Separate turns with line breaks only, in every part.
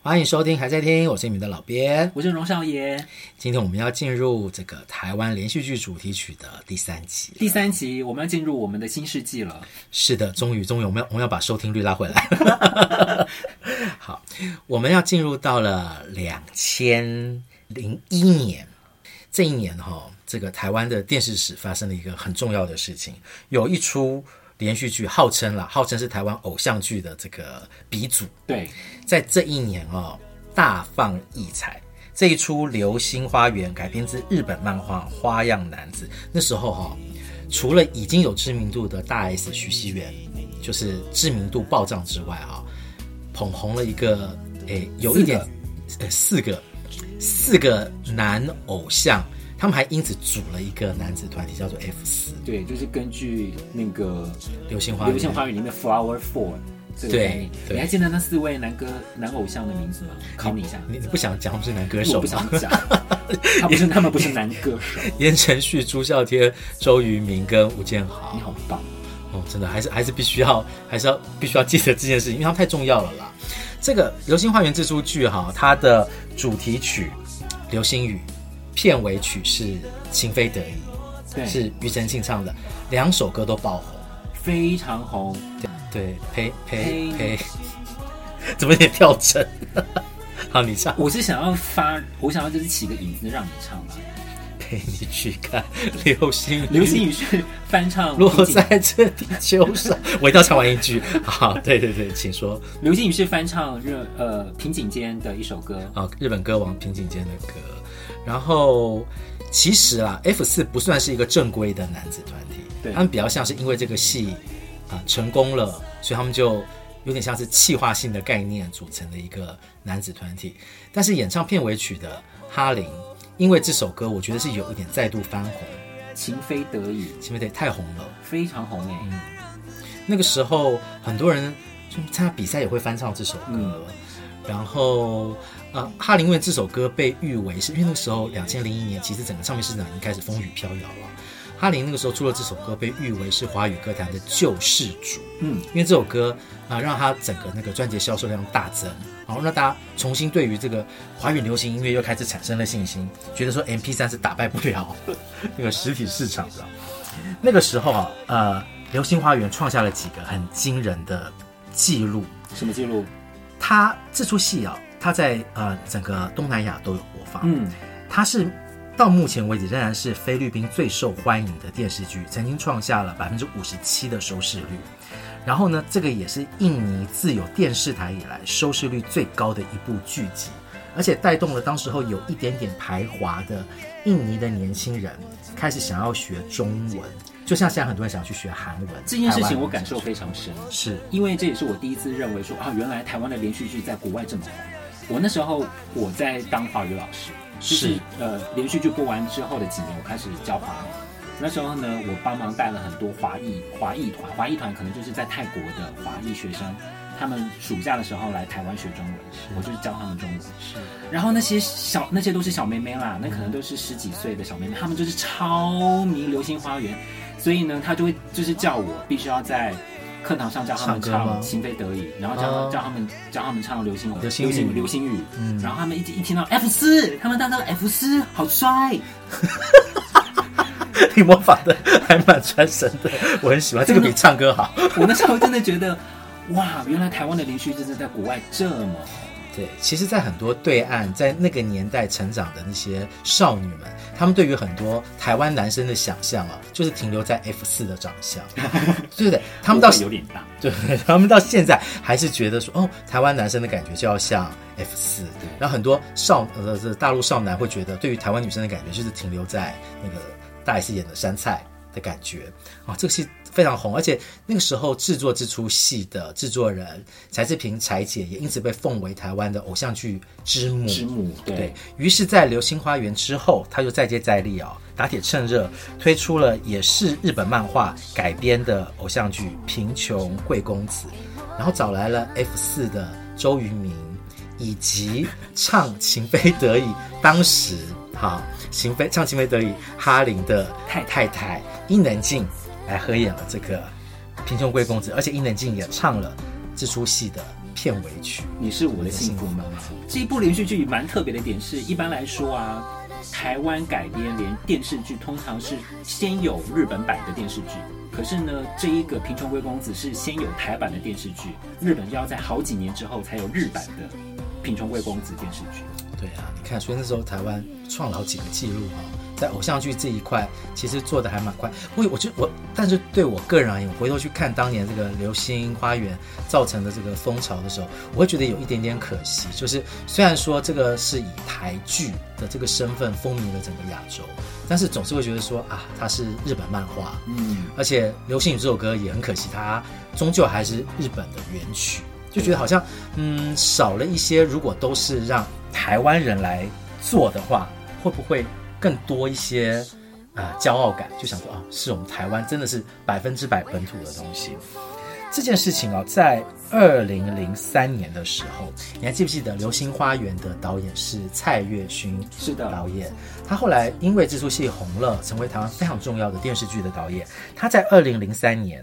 欢迎收听，还在听，我是你们的老编。
我是荣少爷。
今天我们要进入这个台湾连续剧主题曲的第三集。
第三集我们要进入我们的新世纪了。
是的，终于，终于，我们要我们要把收听率拉回来。 好，我们要进入到了两千零一年，这一年哈、这个台湾的电视史发生了一个很重要的事情，有一出连续剧，号称啦，号称是台湾偶像剧的这个鼻祖，
对，
在这一年哦，大放异彩。这一出《流星花园》改编自日本漫画《花样男子》，那时候哈、哦，除了已经有知名度的大 S 徐熙媛，就是知名度暴涨之外啊、捧红了一个诶，有一点呃四个四个男偶像，他们还因此组了一个男子团体，叫做 F 四《
对，就是根据那个
流星
《
花园
流》星花园》里面的 Flower Four 这个
对
概念。
对
你还记得那四位男歌男偶像的名字吗？考你一下。
你你不想讲他们是男歌
我
手
不
吗？
想讲， 他不是他们不是男歌 手，
言承旭、朱孝天、周渝民跟吴建豪。
你好棒，
哦，真的还是还是必须要 还是要必须要记得这件事情，因为它太重要了啦。这个《流星花园》这出剧哈，它的主题曲《流星雨》，片尾曲是《情非得已
对，》，
是庾澄庆唱的，两首歌都爆红。
非常红，
对，呸呸
呸
呸， 怎么有点跳针？ 好，你唱，
我是想要发，我想要就是起个影子让你唱吧。
嗯陪你去看流星雨。
流星雨是翻唱
落
平井
在这地球上， 我一定要唱完一句。 好，对对对，请说。
流星雨是翻唱日呃平井坚的一首歌，
啊，日本歌王平井坚的歌。然后其实啊，F 四不算是一个正规的男子团体，
对
他们比较像是因为这个戏啊、成功了，所以他们就有点像是气化性的概念组成的一个男子团体。但是演唱片尾曲的哈林，因为这首歌我觉得是有一点再度翻红，
情非得已
前面得太红了。
非常红哎、
嗯那个时候很多人就参加比赛也会翻唱这首歌，然后呃，哈林问这首歌被誉为是因为那个时候两千零一年，其实整个唱片市场已经开始风雨飘摇了。哈林那个时候出了这首歌，被誉为是华语歌坛的救世主。
嗯，
因为这首歌啊、让他整个那个专辑销售量大增，然后让大家重新对于这个华语流行音乐又开始产生了信心，觉得说 M P 三是打败不了那个实体市场的。那个时候啊，呃，流星花园创下了几个很惊人的记录。
什么记录？
他这出戏啊，他在呃整个东南亚都有播放，
嗯，
它是到目前为止仍然是菲律宾最受欢迎的电视剧，曾经创下了百分之五十七的收视率。然后呢，这个也是印尼自有电视台以来收视率最高的一部剧集，而且带动了当时候有一点点排华的印尼的年轻人开始想要学中文，就像现在很多人想去学韩文。
这件事
台
情
湾
我感受非常深，
是
因为这也是我第一次认为说啊，原来台湾的连续剧在国外这么红。我那时候我在当华语老师，就是
是
呃连续剧播完之后的几年，我开始教华语。那时候呢，我帮忙带了很多华裔华裔团，华裔团可能就是在泰国的华裔学生，他们暑假的时候来台湾学中文，我就是教他们中文。然后那些小那些都是小妹妹啦，那可
嗯
能都是十几岁的小妹妹，她们就是超迷《流星花园》，所以呢，她就会就是叫我必须要在课堂上教她们
唱歌吗
唱《情非得已》，然后教、
哦
教她们教她们唱流星
流星雨嗯
流星雨，然后她们一一听到 F 四，她们当到 F 四好帅，
你模仿的还蛮传神的，我很喜欢这个比唱歌好。
我那时候真的觉得，哇，原来台湾的连续剧真的在国外这么红，
对，其实，在很多对岸，在那个年代成长的那些少女们，她们对于很多台湾男生的想象啊，就是停留在 F 四的长相， 对不对？他们到
不会有点大，
对， 他们到现在还是觉得说，哦，台湾男生的感觉就要像 F 四，然后很多少呃这大陆少男会觉得，对于台湾女生的感觉就是停留在那个大 S 演的杉菜的感觉啊、这个戏非常红，而且那个时候制作这出戏的制作人柴智屏柴姐也因此被奉为台湾的偶像剧之母。
之母
对
对，
于是，在《流星花园》之后，他就再接再厉哦，打铁趁热推出了也是日本漫画改编的偶像剧《贫穷贵公子》，然后找来了 F 四的周渝民，以及唱《情非得已》当时哈《情非唱《情非得已》哈林的太太太伊能静来合演了这个《贫穷贵公子》，而且伊能静也唱了这出戏的片尾曲。
你是我的幸福吗？这一部连续剧蛮特别的点是，一般来说啊，台湾改编连电视剧通常是先有日本版的电视剧，可是呢，这一个《贫穷贵公子》是先有台版的电视剧，日本要在好几年之后才有日版的《贫穷贵公子》电视剧。
对啊，你看，所以那时候台湾创了好几个记录啊、在偶像剧这一块，其实做的还蛮快。我我觉得我，但是对我个人而言，我回头去看当年这个《流星花园》造成的这个风潮的时候，我会觉得有一点点可惜。就是虽然说这个是以台剧的这个身份风靡了整个亚洲，但是总是会觉得说啊，它是日本漫画，
嗯，
而且《流星雨》这首歌也很可惜，它终究还是日本的原曲，就觉得好像嗯少了一些。如果都是让台湾人来做的话，会不会更多一些啊、骄傲感？就想说啊，是我们台湾真的是百分之百本土的东西。这件事情啊、在二零零三年的时候，你还记不记得《流星花园》的导演是蔡岳勋？
是的
导演，他后来因为这出戏红了，成为台湾非常重要的电视剧的导演。他在二零零三年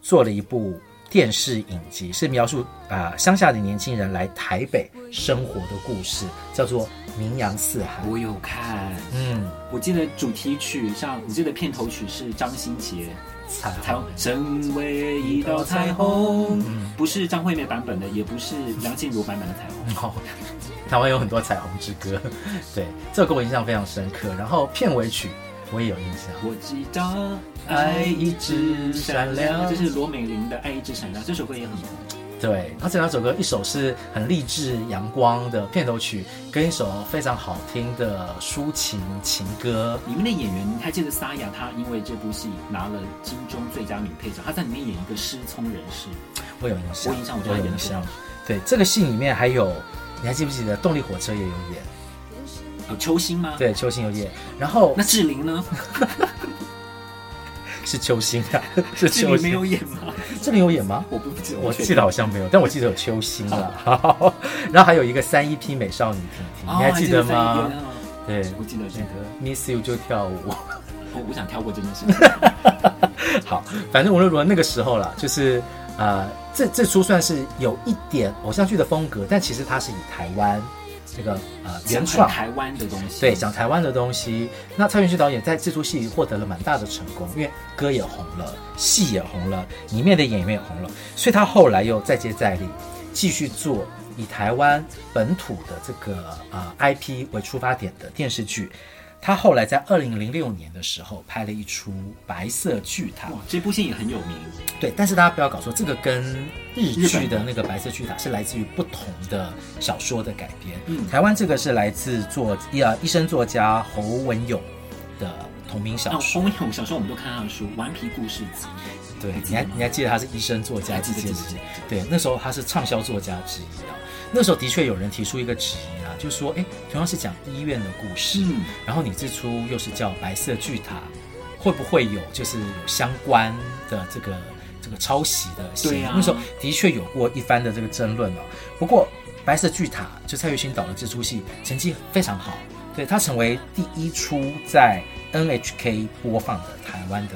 做了一部电视影集，是描述啊、乡下的年轻人来台北生活的故事，叫做《名扬四海》。
我有看，
嗯，
我记得主题曲像，我记得片头曲是张新杰。
彩
彩虹成为一道彩虹，不是张惠妹版本的，也不是梁静茹版本的彩虹。
哦，台湾有很多彩虹之歌，对，这首歌我印象非常深刻。然后片尾曲我也有印象，
我知道爱一直闪亮，哎这是罗美玲的《爱一直闪亮》，这首歌也很红。
对，啊它这两首歌，一首是很励志阳光的片头曲，跟一首非常好听的抒情情歌。
里面的演员，你还记得沙雅？她因为这部戏拿了金钟最佳女配角，她在里面演一个失聪人士。
我有印象，
我有印象我觉
我
得
有
演
印
得非
象
常好。
对，这个戏里面还有，你还记不记得动力火车也有演？
有秋心哦吗？。
对，邱星有演，然后
那志玲呢？
是邱星 啊，是
志
邱
玲
星，
没有演吗？
这里有演吗？
我不哦记，
我
确
记
定
得好像没有，但我记得有邱星了。好， 然后还有一个三一 P 美少女婷婷，
啊哦
你还记得
还
吗
记？得
对，
我记得这
那
个，
个 Miss You 就跳舞。
我我想跳过这件事。
好，反正无论如何，那个时候啦，就是呃，这这出算是有一点偶像剧的风格，但其实它是以台湾这个呃 原
讲
创
台湾的东西。
对讲台湾的东西。那蔡元旭导演在这出戏获得了蛮大的成功，因为歌也红了，戏也红了，里面的演员也红了，所以他后来又再接再厉，继续做以台湾本土的这个呃 IP 为出发点的电视剧。他后来在二零零六年的时候拍了一出《白色巨塔》
哇，，哦这部戏也很有名。
对，但是大家不要搞错，这个跟日剧的那个《白色巨塔》是来自于不同的小说的改编。
嗯
台湾这个是来自作呃医生作家侯文勇的同名
那
小说。
洪永小时候我们都看他的书《顽皮故事集》，
对，
记
你
得
还
吗
你还记得他是医生作家
还记
这
得
件
记
事
得
情
记得？
对，那时候他是畅销作家之一啊。那时候的确有人提出一个质疑啊，就说，哎，同样是讲医院的故事，
嗯
然后你这出又是叫《白色巨塔》，会不会有就是有相关的这个这个抄袭的嫌疑？
对啊
那时候的确有过一番的这个争论哦。不过《白色巨塔》就蔡岳勋导的这出戏成绩非常好，对它成为第一出在 NHK 播放的台湾的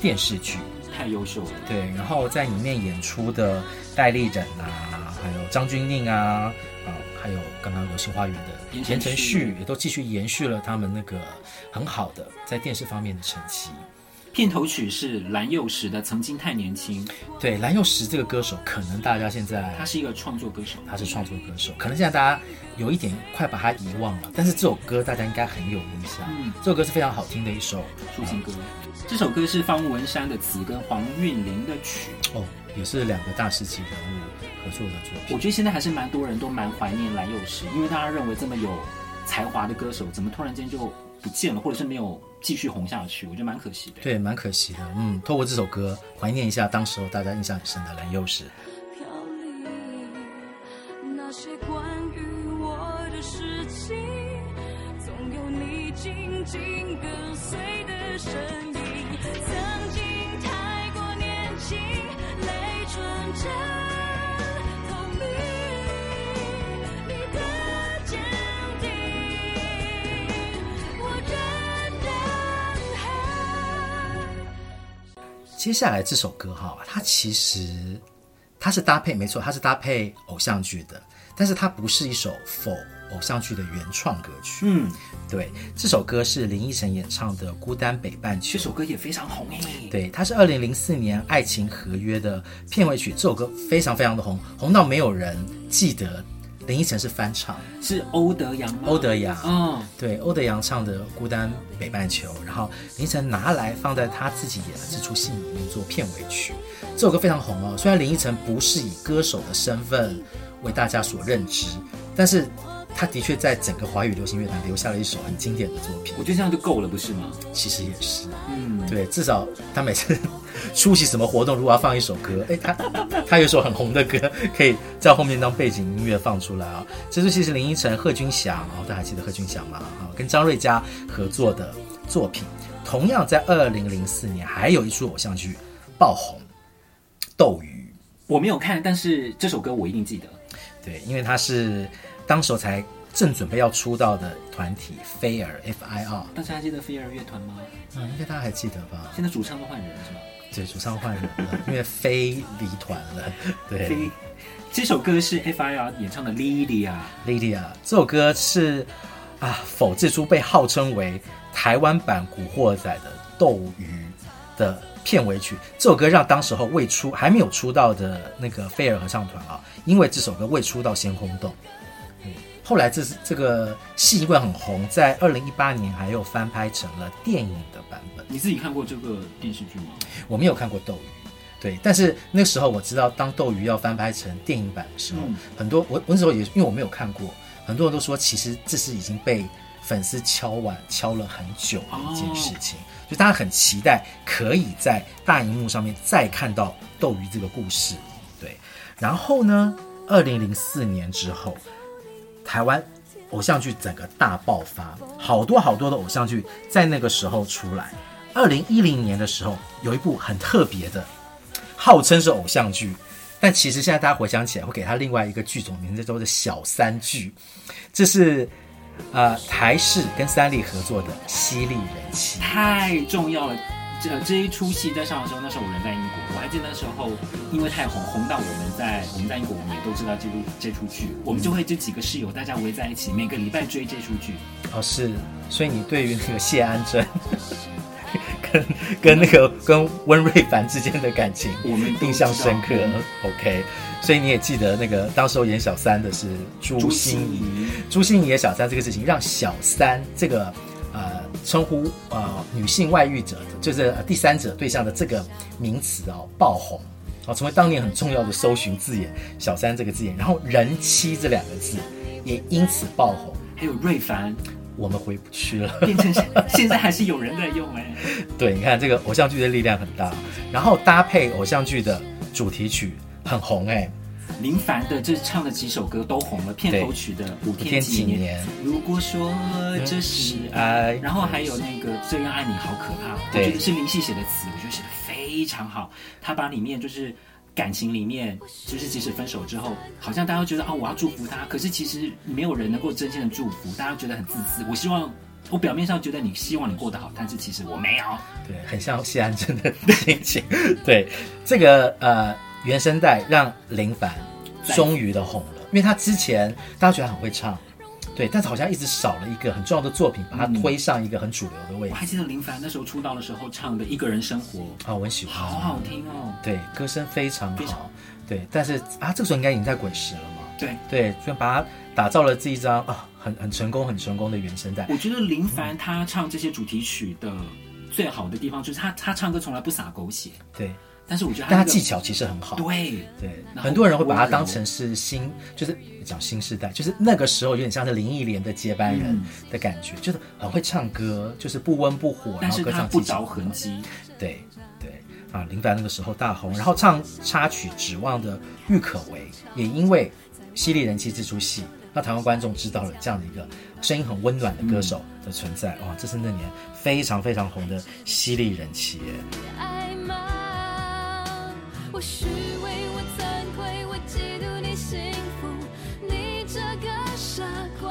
电视剧。
太优秀了。
对，然后在里面演出的戴立忍啊，还有张钧甯啊，啊、还有刚刚《流星花园》的
言承
言承
旭
旭，也都继续延续了他们那个很好的在电视方面的成绩。
片头曲是蓝又时的《曾经太年轻》，
对，蓝又时这个歌手，可能大家现在啊
他是一个创作歌手，
他是创作歌手，可能现在大家有一点快把他遗忘了，但是这首歌大家应该很有印象。
嗯
这首歌是非常好听的一首
抒情歌。这首歌是方文山的词跟黄韵玲的曲，
哦，也是两个大师级人物合作的作
我
品。
觉得现在还是蛮多人都蛮怀念蓝又时，因为大家认为这么有才华的歌手，怎么突然间就不见了，或者是没有继续红下去，我觉得蛮可惜的。
对，蛮可惜的。嗯，透过这首歌怀念一下当时候大家印象很深的蓝又时。
飘零，那些关于我的事情，总有你紧紧跟随的身影。曾经太过年轻，泪纯真透明，你的坚定，我真的很。
接下来这首歌哈，它其实它是搭配没错，它是搭配偶像剧的，但是它不是一首否偶像剧的原创歌曲。
嗯，
对，这首歌是林依晨演唱的《孤单北半球
这》。首歌也非常红诶。
对，它是二零零四年《爱情合约》的片尾曲，这首歌非常非常的红，红到没有人记得林依晨是翻唱。
是欧德阳吗？
欧德阳
嗯，
对，欧德阳唱的《孤单北半球》，然后林依晨拿来放在他自己演的这出戏里面做片尾曲。这首歌非常红哦，虽然林依晨不是以歌手的身份为大家所认知，但是他的确在整个华语流行乐坛留下了一首很经典的作品
我。觉得这样就够了，不是吗？
其实也是，
嗯，
对，至少他每次 出席什么活动，如果要放一首歌，哎，他他有一首很红的歌，可以在后面当背景音乐放出来啊、这出戏是林依晨、贺军翔，哦，大家还记得贺军翔吗？啊、跟张瑞佳合作的作品，同样在二零零四年还有一出偶像剧爆红，《斗鱼
我没有看，但是这首歌我一定记得。》，
对，因为他是当时候才正准备要出道的团体飞儿 F I R，
大家还记得飞儿乐团吗？
嗯，应该大家还记得吧？
现在主唱都换人了，是吗？
对，主唱换人了，因为飞离团了，对。
飞，这首歌是 F.I.R 演唱的《Lilia》，
Lydia 这首歌是啊，否这出被号称为台湾版《古惑仔》的《斗鱼》的片尾曲。这首歌让当时候未出还没有出道的那个飞儿合唱团啊，因为这首歌未出道先轰动。嗯后来这是这个戏因为很红，在二零一八年还有翻拍成了电影的版本。
你自己看过这个电视剧吗？
我没有看过《斗鱼》，对，但是那时候我知道，当《斗鱼》要翻拍成电影版的时候，
嗯
很多我我那时候也因为我没有看过，很多人都说其实这是已经被粉丝敲碗敲了很久的一件事情，就大家很期待可以在大荧幕上面再看到《斗鱼》这个故事，对。然后呢，二零零四年之后，台湾偶像剧整个大爆发，好多好多的偶像剧在那个时候出来。二零一零年的时候，有一部很特别的，号称是偶像剧，但其实现在大家回想起来，会给它另外一个剧种名字叫做小三剧，这是呃台视跟三立合作的《犀利人妻》。
太重要了。这呃这一出戏在上的时候，那时候我人在英国，我还记得那时候因为太红，红到我们在我们在英国，我们也都知道这部这出剧，我们就会这几个室友大家围在一起，每个礼拜追这出剧。
哦，是，所以你对于那个谢安贞 跟跟那个跟温瑞凡之间的感情，
我们都
印象深刻
知道。
OK，所以你也记得那个当时候演小三的是朱心怡，朱心怡演小三这个事情，让小三这个呃称呼呃女性外遇者，就是呃第三者对象的这个名词哦爆红。哦，成为当年很重要的搜寻字眼“小三”这个字眼，然后“人妻”这两个字也因此爆红。
还有瑞 凡，
我们回不去了。
变成是现在还是有人在用哎、
对，你看这个偶像剧的力量很大，然后搭配偶像剧的主题曲很红哎、
林凡的这唱的几首歌都红了，片头曲的《五天几
五天几
年
年》，
如果说这是爱，然后还有那个《这样爱你好可怕》，我
对
觉得是林夕写的词，我觉得写的非常好。他把里面就是感情里面，就是即使分手之后，好像大家都觉得啊、我要祝福他，可是其实没有人能够真正的祝福，大家觉得很自私。我希望。我表面上觉得你希望你过得好，但是其实我没有。
对，很像谢安真的心情。 对，这个呃原声带让林凡终于的红了，因为他之前大家觉得他很会唱，对，但是好像一直少了一个很重要的作品，把他推上一个很主流的位置
我还记得林凡那时候出道的时候唱的《一个人生活》，
啊，我很喜欢，
好好听哦。
对，歌声非常
非常
好，对，但是啊，这个时候应该已经在滚石了嘛，
对，
对，就把他打造了这一张啊很很成功很成功的原声带。
我觉得林凡他唱这些主题曲的最好的地方就是他他唱歌从来不撒狗血，
对，
但是我觉得
但他
那个
技巧其实很好。
对
对，
然后
很多人会把它
温柔
当成是新，就是讲新时代，就是那个时候有点像是林忆莲的接班人
嗯
的感觉，就是很会唱歌，就是不温不火，然
但
后
是
歌
他
唱
不
技巧嗯
着
很
痕
好。
迹。
对对啊，林凡那个时候大红，然后唱插曲《指望》的郁可唯，也因为《犀利人妻》这出戏，让台湾观众知道了这样的一个声音很温暖的歌手的存在。哇，这是那年非常非常红的《犀利人妻》耶。
爱吗？我虚伪，我惭愧，我嫉妒你幸福，你这个傻瓜！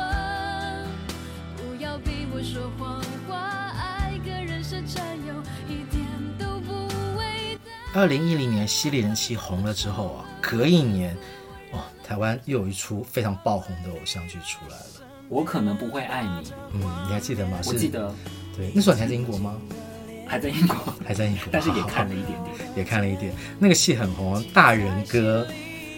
不要逼我说谎话，爱个人是占有，一点都不伟大。
二零一零年《犀利人妻》红了之后啊，隔一年，哦，台湾又有一出非常爆红的偶像剧出来了。
我可能不会爱你，
嗯，你还记得吗？
我
是
记。得
对，那时候你还在英国吗？
还在英国，
还在英国，
但是也
好
看了一点点。
也看了一点，那个戏很红，《大人哥》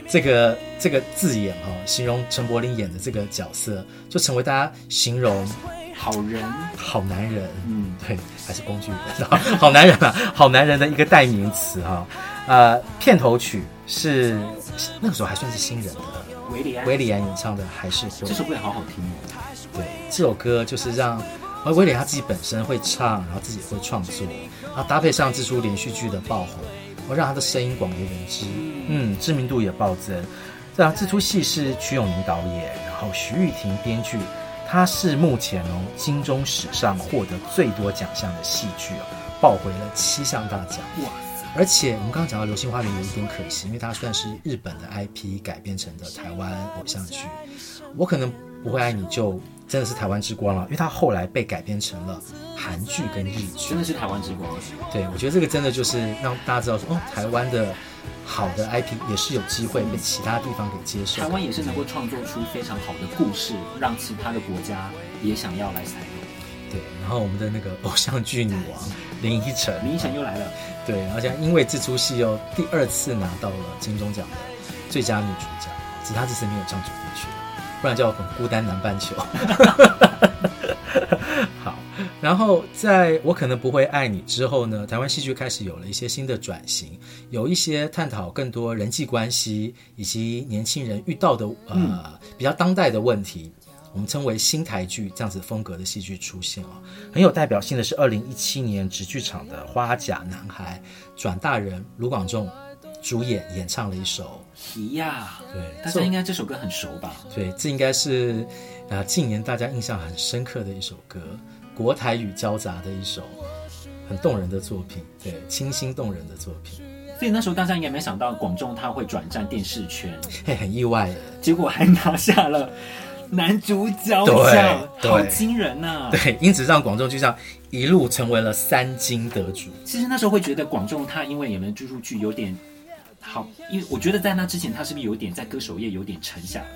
这个这个字眼哈、哦，形容陈柏霖演的这个角色，就成为大家形容
好人，
好男人，
嗯，
对，还是工具人，好好男人啊，好男人的一个代名词哈、呃，片头曲是那个时候还算是新人的，
维里安，
韦礼安演唱的《还是会
这》首，歌也好好听哦。
对，这首歌就是让。而威廉他自己本身会唱，然后自己会创作，然后搭配上这出连续剧的爆红，我让他的声音广为人知，嗯，知名度也暴增。然后这出戏是曲永宁导演，然后徐玉婷编剧，他是目前哦金钟史上获得最多奖项的戏剧哦，抱回了七项大奖。
哇塞，
而且我们刚刚讲到《流星花园》有一点可惜，因为它算是日本的 IP 改编成的台湾偶像剧。我可能不会爱你就真的是台湾之光了，因为它后来被改编成了韩剧跟日剧
真。的是台湾之光。
对，我觉得这个真的就是让大家知道说，哦，台湾的好的 IP 也是有机会被其他地方给接受
台。湾也是能够创作出非常好的故事，让其他的国家也想要来采用。
对，然后我们的那个偶像剧女王林依晨，
林依晨又来了，
对，而且因为这出戏又第二次拿到了金钟奖的最佳女主角，只是她这次没有唱主题曲，不然叫很孤单南半球。 好，然后在我可能不会爱你之后呢，台湾戏剧开始有了一些新的转型，有一些探讨更多人际关系以及年轻人遇到的呃、比较当代的问题。我们称为新台剧这样子风格的戏剧出现哦，很有代表性的是二零一七年直剧场的《花甲男孩》，转大人卢广仲主演演唱了一首，
提亚，
对
大
这
家应该这首歌很熟吧？
对，这应该是啊近年大家印象很深刻的一首歌，国台语交杂的一首很动人的作品，对，清新动人的作品，
所以那时候大家应该没想到广仲他会转战电视圈，
嘿，很意外耶。
结果还拿下了男主角
对
奖，
对
好惊人啊呐、
对，因此让广仲就这样一路成为了三金得主。
其实那时候会觉得广仲他因为演了这出剧有点好，因为我觉得在那之前他是不是有点在歌手业有点沉下来？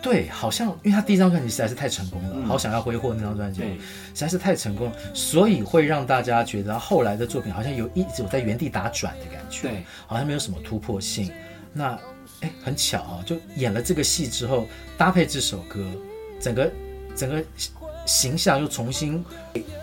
对，好像因为他第一张专辑实在是太成功了，好想要挥霍那张专辑，
嗯对
实在是太成功了，所以会让大家觉得后来的作品好像有一直有在原地打转的感觉，
对，
好像没有什么突破性。那哎，很巧啊，就演了这个戏之后，搭配这首歌，整个整个形象又重新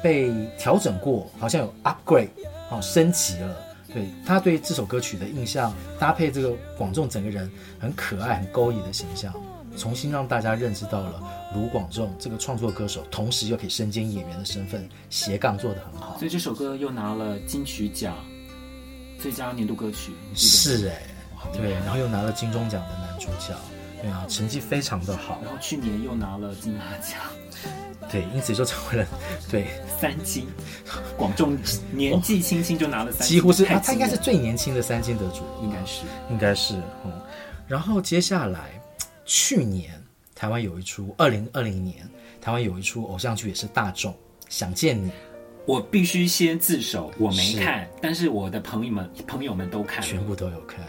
被调整过，好像有 upgrade，好、升级了。对他对这首歌曲的印象，搭配这个广仲整个人很可爱、很勾引的形象，重新让大家认知到了卢广仲这个创作歌手，同时又可以身兼演员的身份，斜杠做得很好。
所以这首歌又拿了金曲奖最佳年度歌曲，你记得吗
是哎、对，然后又拿了金钟奖的男主角，对
嗯
啊，成绩非常的好，
然后去年又拿了金马奖
对，因此就成为了 对，
三金，广仲年纪轻轻就拿了三金，
哦几乎是
太
啊，他应该是
惊
最年轻的三金得主了吧，
人应该是
应该是嗯。然后接下来，去年台湾有一出，二零二零年台湾有一出偶像剧也是大众，《想见你》，
我必须先自首，我没看，但是我的朋友们朋友们都看了。
全部都有看。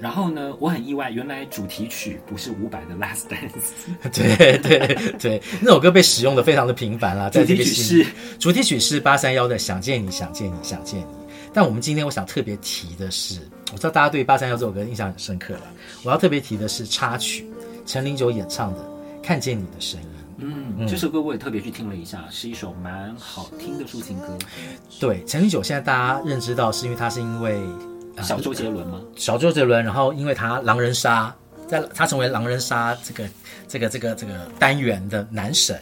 然后呢，我很意外，原来主题曲不是伍佰的《Last Dance
对对对，那首歌被使用的非常的频繁啦，在这个
主题曲
戏里
是
主题曲是八三幺的《想见你，想见你，想见你》。但我们今天我想特别提的是，我知道大家对八三幺这首歌印象很深刻了，我要特别提的是插曲，陈零九演唱的《看见你的声音》。》。
嗯，这首歌我也特别去听了一下，是一首蛮好听的抒情歌。
对，陈零九现在大家认知到是因为他是因为啊
小周杰伦吗？
小周杰伦，然后因为他狼人杀，在他成为狼人杀这个这个这个这个单元的男神，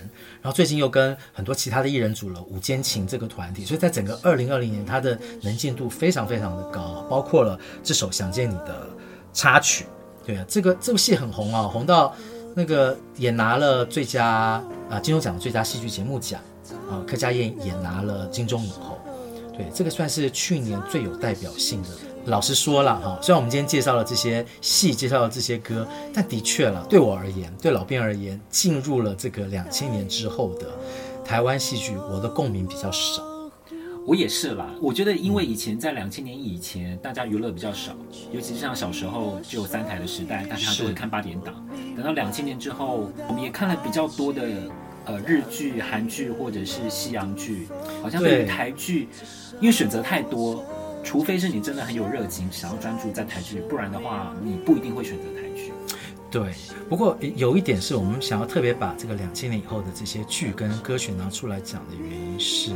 然后最近又跟很多其他的艺人组了五间情这个团体，所以在整个二零二零年，他的能见度非常非常的高，包括了这首《想见你》的插曲，对啊，这个这部戏很红啊，红到那个也拿了最佳啊金钟奖的最佳戏剧节目奖啊，柯佳燕也拿了金钟影后。对，这个算是去年最有代表性的。老实说了哈，虽然我们今天介绍了这些戏，介绍了这些歌，但的确了，对我而言，对老编而言，进入了这个两千年之后的台湾戏剧，我的共鸣比较少。
我也是啦，我觉得因为以前在两千年以前，大家娱乐比较少，尤其是像小时候只有三台的时代，大家
是
都会看八点档。等到两千年之后，我们也看了比较多的呃日剧、韩剧或者是西洋剧，好像对
对
于台剧，因为选择太多，除非是你真的很有热情，想要专注在台剧，不然的话你不一定会选择台剧。
对，不过诶有一点是我们想要特别把这个两千年以后的这些剧跟歌曲拿出来讲的原因是，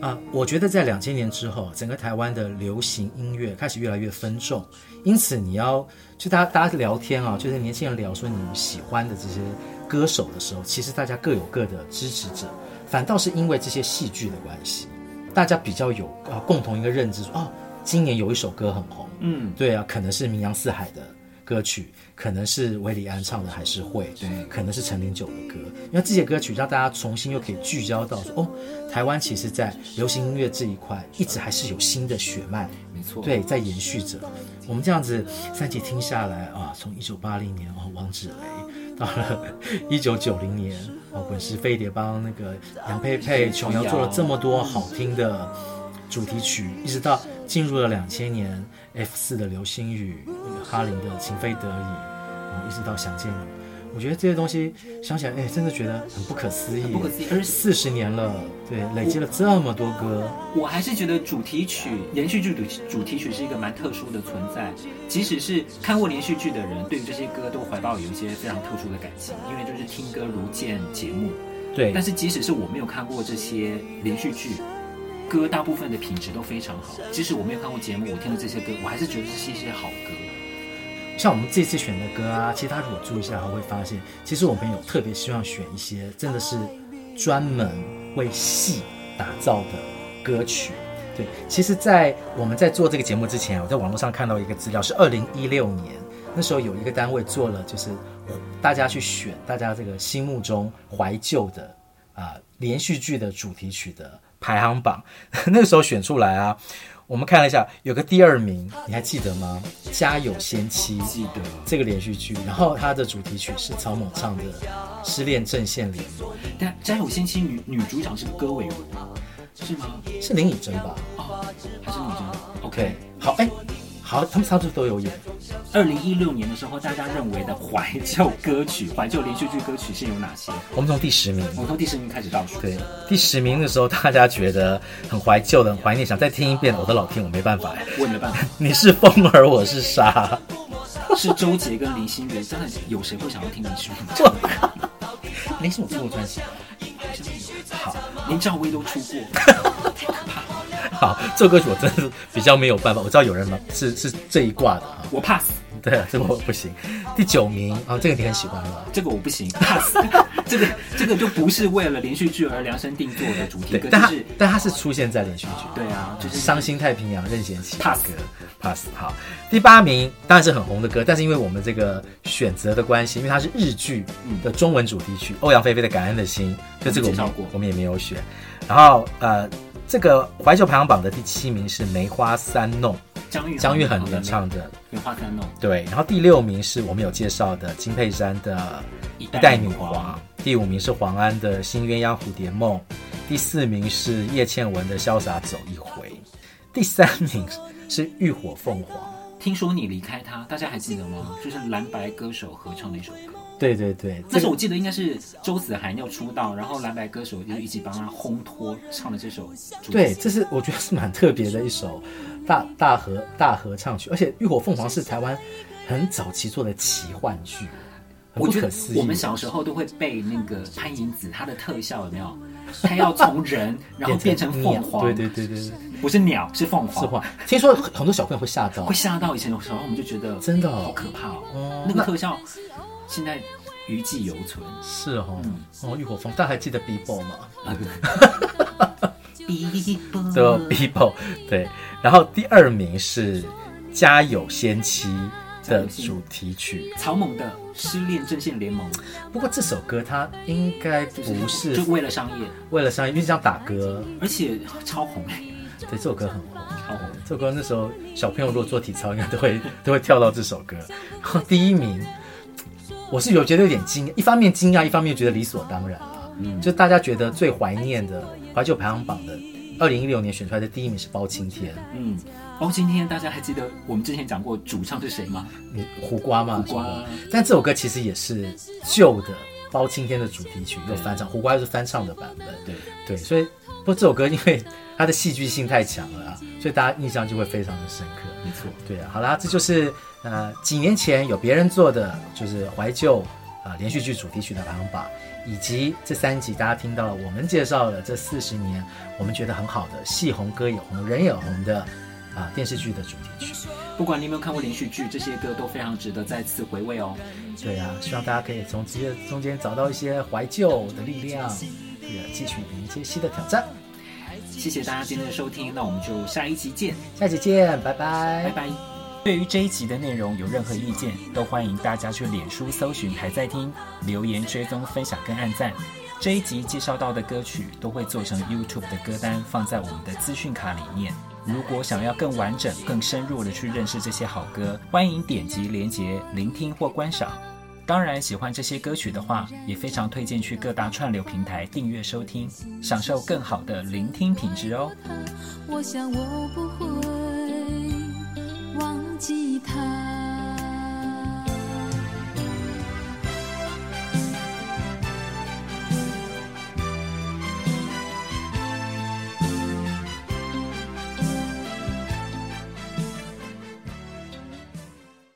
啊、我觉得在两千年之后，整个台湾的流行音乐开始越来越分众，因此你要就大家大家聊天啊，就是年轻人聊说你们喜欢的这些歌手的时候，其实大家各有各的支持者，反倒是因为这些戏剧的关系，大家比较有啊、共同一个认知说，哦，今年有一首歌很红，
嗯，
对啊，可能是名扬四海的歌曲，可能是韦礼安唱的《还是会》，
对
可能是陈零九的歌，因为这些歌曲让大家重新又可以聚焦到说，哦，台湾其实在流行音乐这一块一直还是有新的血脉，
没错。
对，在延续着。我们这样子三集听下来啊，从一九八零年哦，王芷蕾到了 一九九零年哦，滚石飞碟帮那个杨佩佩、琼瑶做了这么多好听的主题曲，一直到进入了两千年 F 四的《流星雨》，哈林的《情非得已》，哦，一直到《想见你》。我觉得这些东西想起来，哎，真的觉得很不可思议。
不可思议而
四十年了，对，累积了这么多歌，
我还是觉得主题曲连续剧主题主题曲是一个蛮特殊的存在，即使是看过连续剧的人，对于这些歌都怀抱有一些非常特殊的感情，因为就是听歌如见节目。
对。
但是即使是我没有看过这些连续剧，歌大部分的品质都非常好。即使我没有看过节目，我听了这些歌，我还是觉得这是一些好歌。
像我们这次选的歌啊，其实他如果注意一下，他会发现，其实我们有特别希望选一些真的是专门为戏打造的歌曲。对，其实，在我们在做这个节目之前啊，我在网络上看到一个资料，是二零一六年那时候有一个单位做了，就是呃大家去选大家这个心目中怀旧的啊、连续剧的主题曲的排行榜， 那个时候选出来啊，我们看了一下，有个第二名，你还记得吗？《家有仙妻》
记得
这个连续剧，然后它的主题曲是草蜢唱的《失恋阵线联盟
但《家有仙妻》女女主角是歌尾如，是吗？》，哦
是林以真吧
还是女主
？OK，
？OK。
好，哎，好，他们三部都有演，
二零一六年的时候，大家认为的怀旧歌曲、怀旧连续剧歌曲是有哪些？
我们从第十名。
我们从第十名开始倒数。
对，第十名的时候，大家觉得很怀旧的，很怀念，想再听一遍。我的老天，我没办法哎！
问的办法
你是风儿，我是沙。
是周杰跟林心如，真的有谁会想要听林心如？
我靠，林心如出过专辑吗？好，
连赵薇都出过，
好，这首歌曲我真的是比较没有办法。我知道有人嘛是是这一挂的啊，
我 pass
对啊，这个我不行。第九名啊，这个你很喜欢吧？
这个我不行 pass，这 个这个就不是为了连续剧而量身定做的主题
对
歌，，就
但它
是
但它是出现在连续剧，
对啊，就是
伤心太平洋》任贤齐
Pass
歌 pass 好。第八名当然是很红的歌，但是因为我们这个选择的关系，因为它是日剧的中文主题曲，
嗯
欧阳菲菲的《感恩的心》，就这个我
我
们
们介绍过
我们也没有选。然后呃，这个怀旧排行榜的第七名是《梅花三弄》，
张玉
姜育恒
好
的唱
《
的。
梅花三弄》
对，然后第六名是我们有介绍的金佩珊的
一
《一代女
皇
皇》，第五名是黄安的《新鸳鸯蝴蝶梦》，第四名是叶倩文的《潇洒走一回》，第三名是《浴火凤凰》。
听说你离开他，大家还记得吗？就是蓝白歌手合唱的一首歌。
对对对，
那
这
时
个
候我记得应该是周子涵要出道，然后蓝白歌手就一起帮他烘托唱的这首主题。
对，这是我觉得是蛮特别的一首大大合大合唱曲，而且《浴火凤凰》是台湾很早期做的奇幻剧，很
我
不
觉
可
得
思议。
我们小时候都会背那个潘迎紫她的特效有没有？她要从人然后变成凤凰，
对对对对对，是
不是鸟是凤凰，
话，听说很多小朋友会吓到
会，吓到。以前的时候我们就觉得哎
真的
好
哦，
可怕
哦
哦，那个特效现在余悸犹存。
是哦，
嗯
哦，浴火凤，大家还记得 Bebo 吗？
嗯
的 People，对。 然后第二名是《家有仙妻》的主题曲，
草蜢的《失恋阵线联盟》
不过这首歌它应该不是
就为了商业，
为了商业，因为这样打歌，
而且超红哎，
对，这首歌很红。
超红。
这首歌那时候小朋友如果做体操，应该都会都会跳到这首歌。然后第一名，我是有觉得有点惊，一方面惊讶，一方面觉得理所当然啊。就大家觉得最怀念的怀旧排行榜的二零一六年选出来的第一名是包青天，
嗯，包青天，大家还记得我们之前讲过主唱是谁吗？
你胡瓜嘛，
胡瓜
是吧但这首歌其实也是旧的包青天的主题曲，又翻唱，胡瓜又是翻唱的版本。
对，
对，所以不过这首歌因为它的戏剧性太强了啊，所以大家印象就会非常的深刻。
没错。
对啊，好啦，这就是呃几年前有别人做的，就是怀旧啊、连续剧主题曲的排行榜，以及这三集大家听到了我们介绍了这四十年我们觉得很好的戏红歌也红人也红的啊、电视剧的主题曲。
不管你有没有看过连续剧，这些歌都非常值得再次回味哦。
对啊，希望大家可以从这些中间找到一些怀旧的力量，也继续迎接新的挑战。
谢谢大家今天的收听，那我们就下一集见，
下期见，拜拜
拜。拜。
对于这一集的内容有任何意见，都欢迎大家去脸书搜寻“还在听”，留言追踪、分享跟按赞。这一集介绍到的歌曲都会做成 YouTube 的歌单，放在我们的资讯卡里面。如果想要更完整、更深入的去认识这些好歌，欢迎点击连结聆听或观赏。当然，喜欢这些歌曲的话，也非常推荐去各大串流平台订阅收听，享受更好的聆听品质哦。
我想我不会忘记他。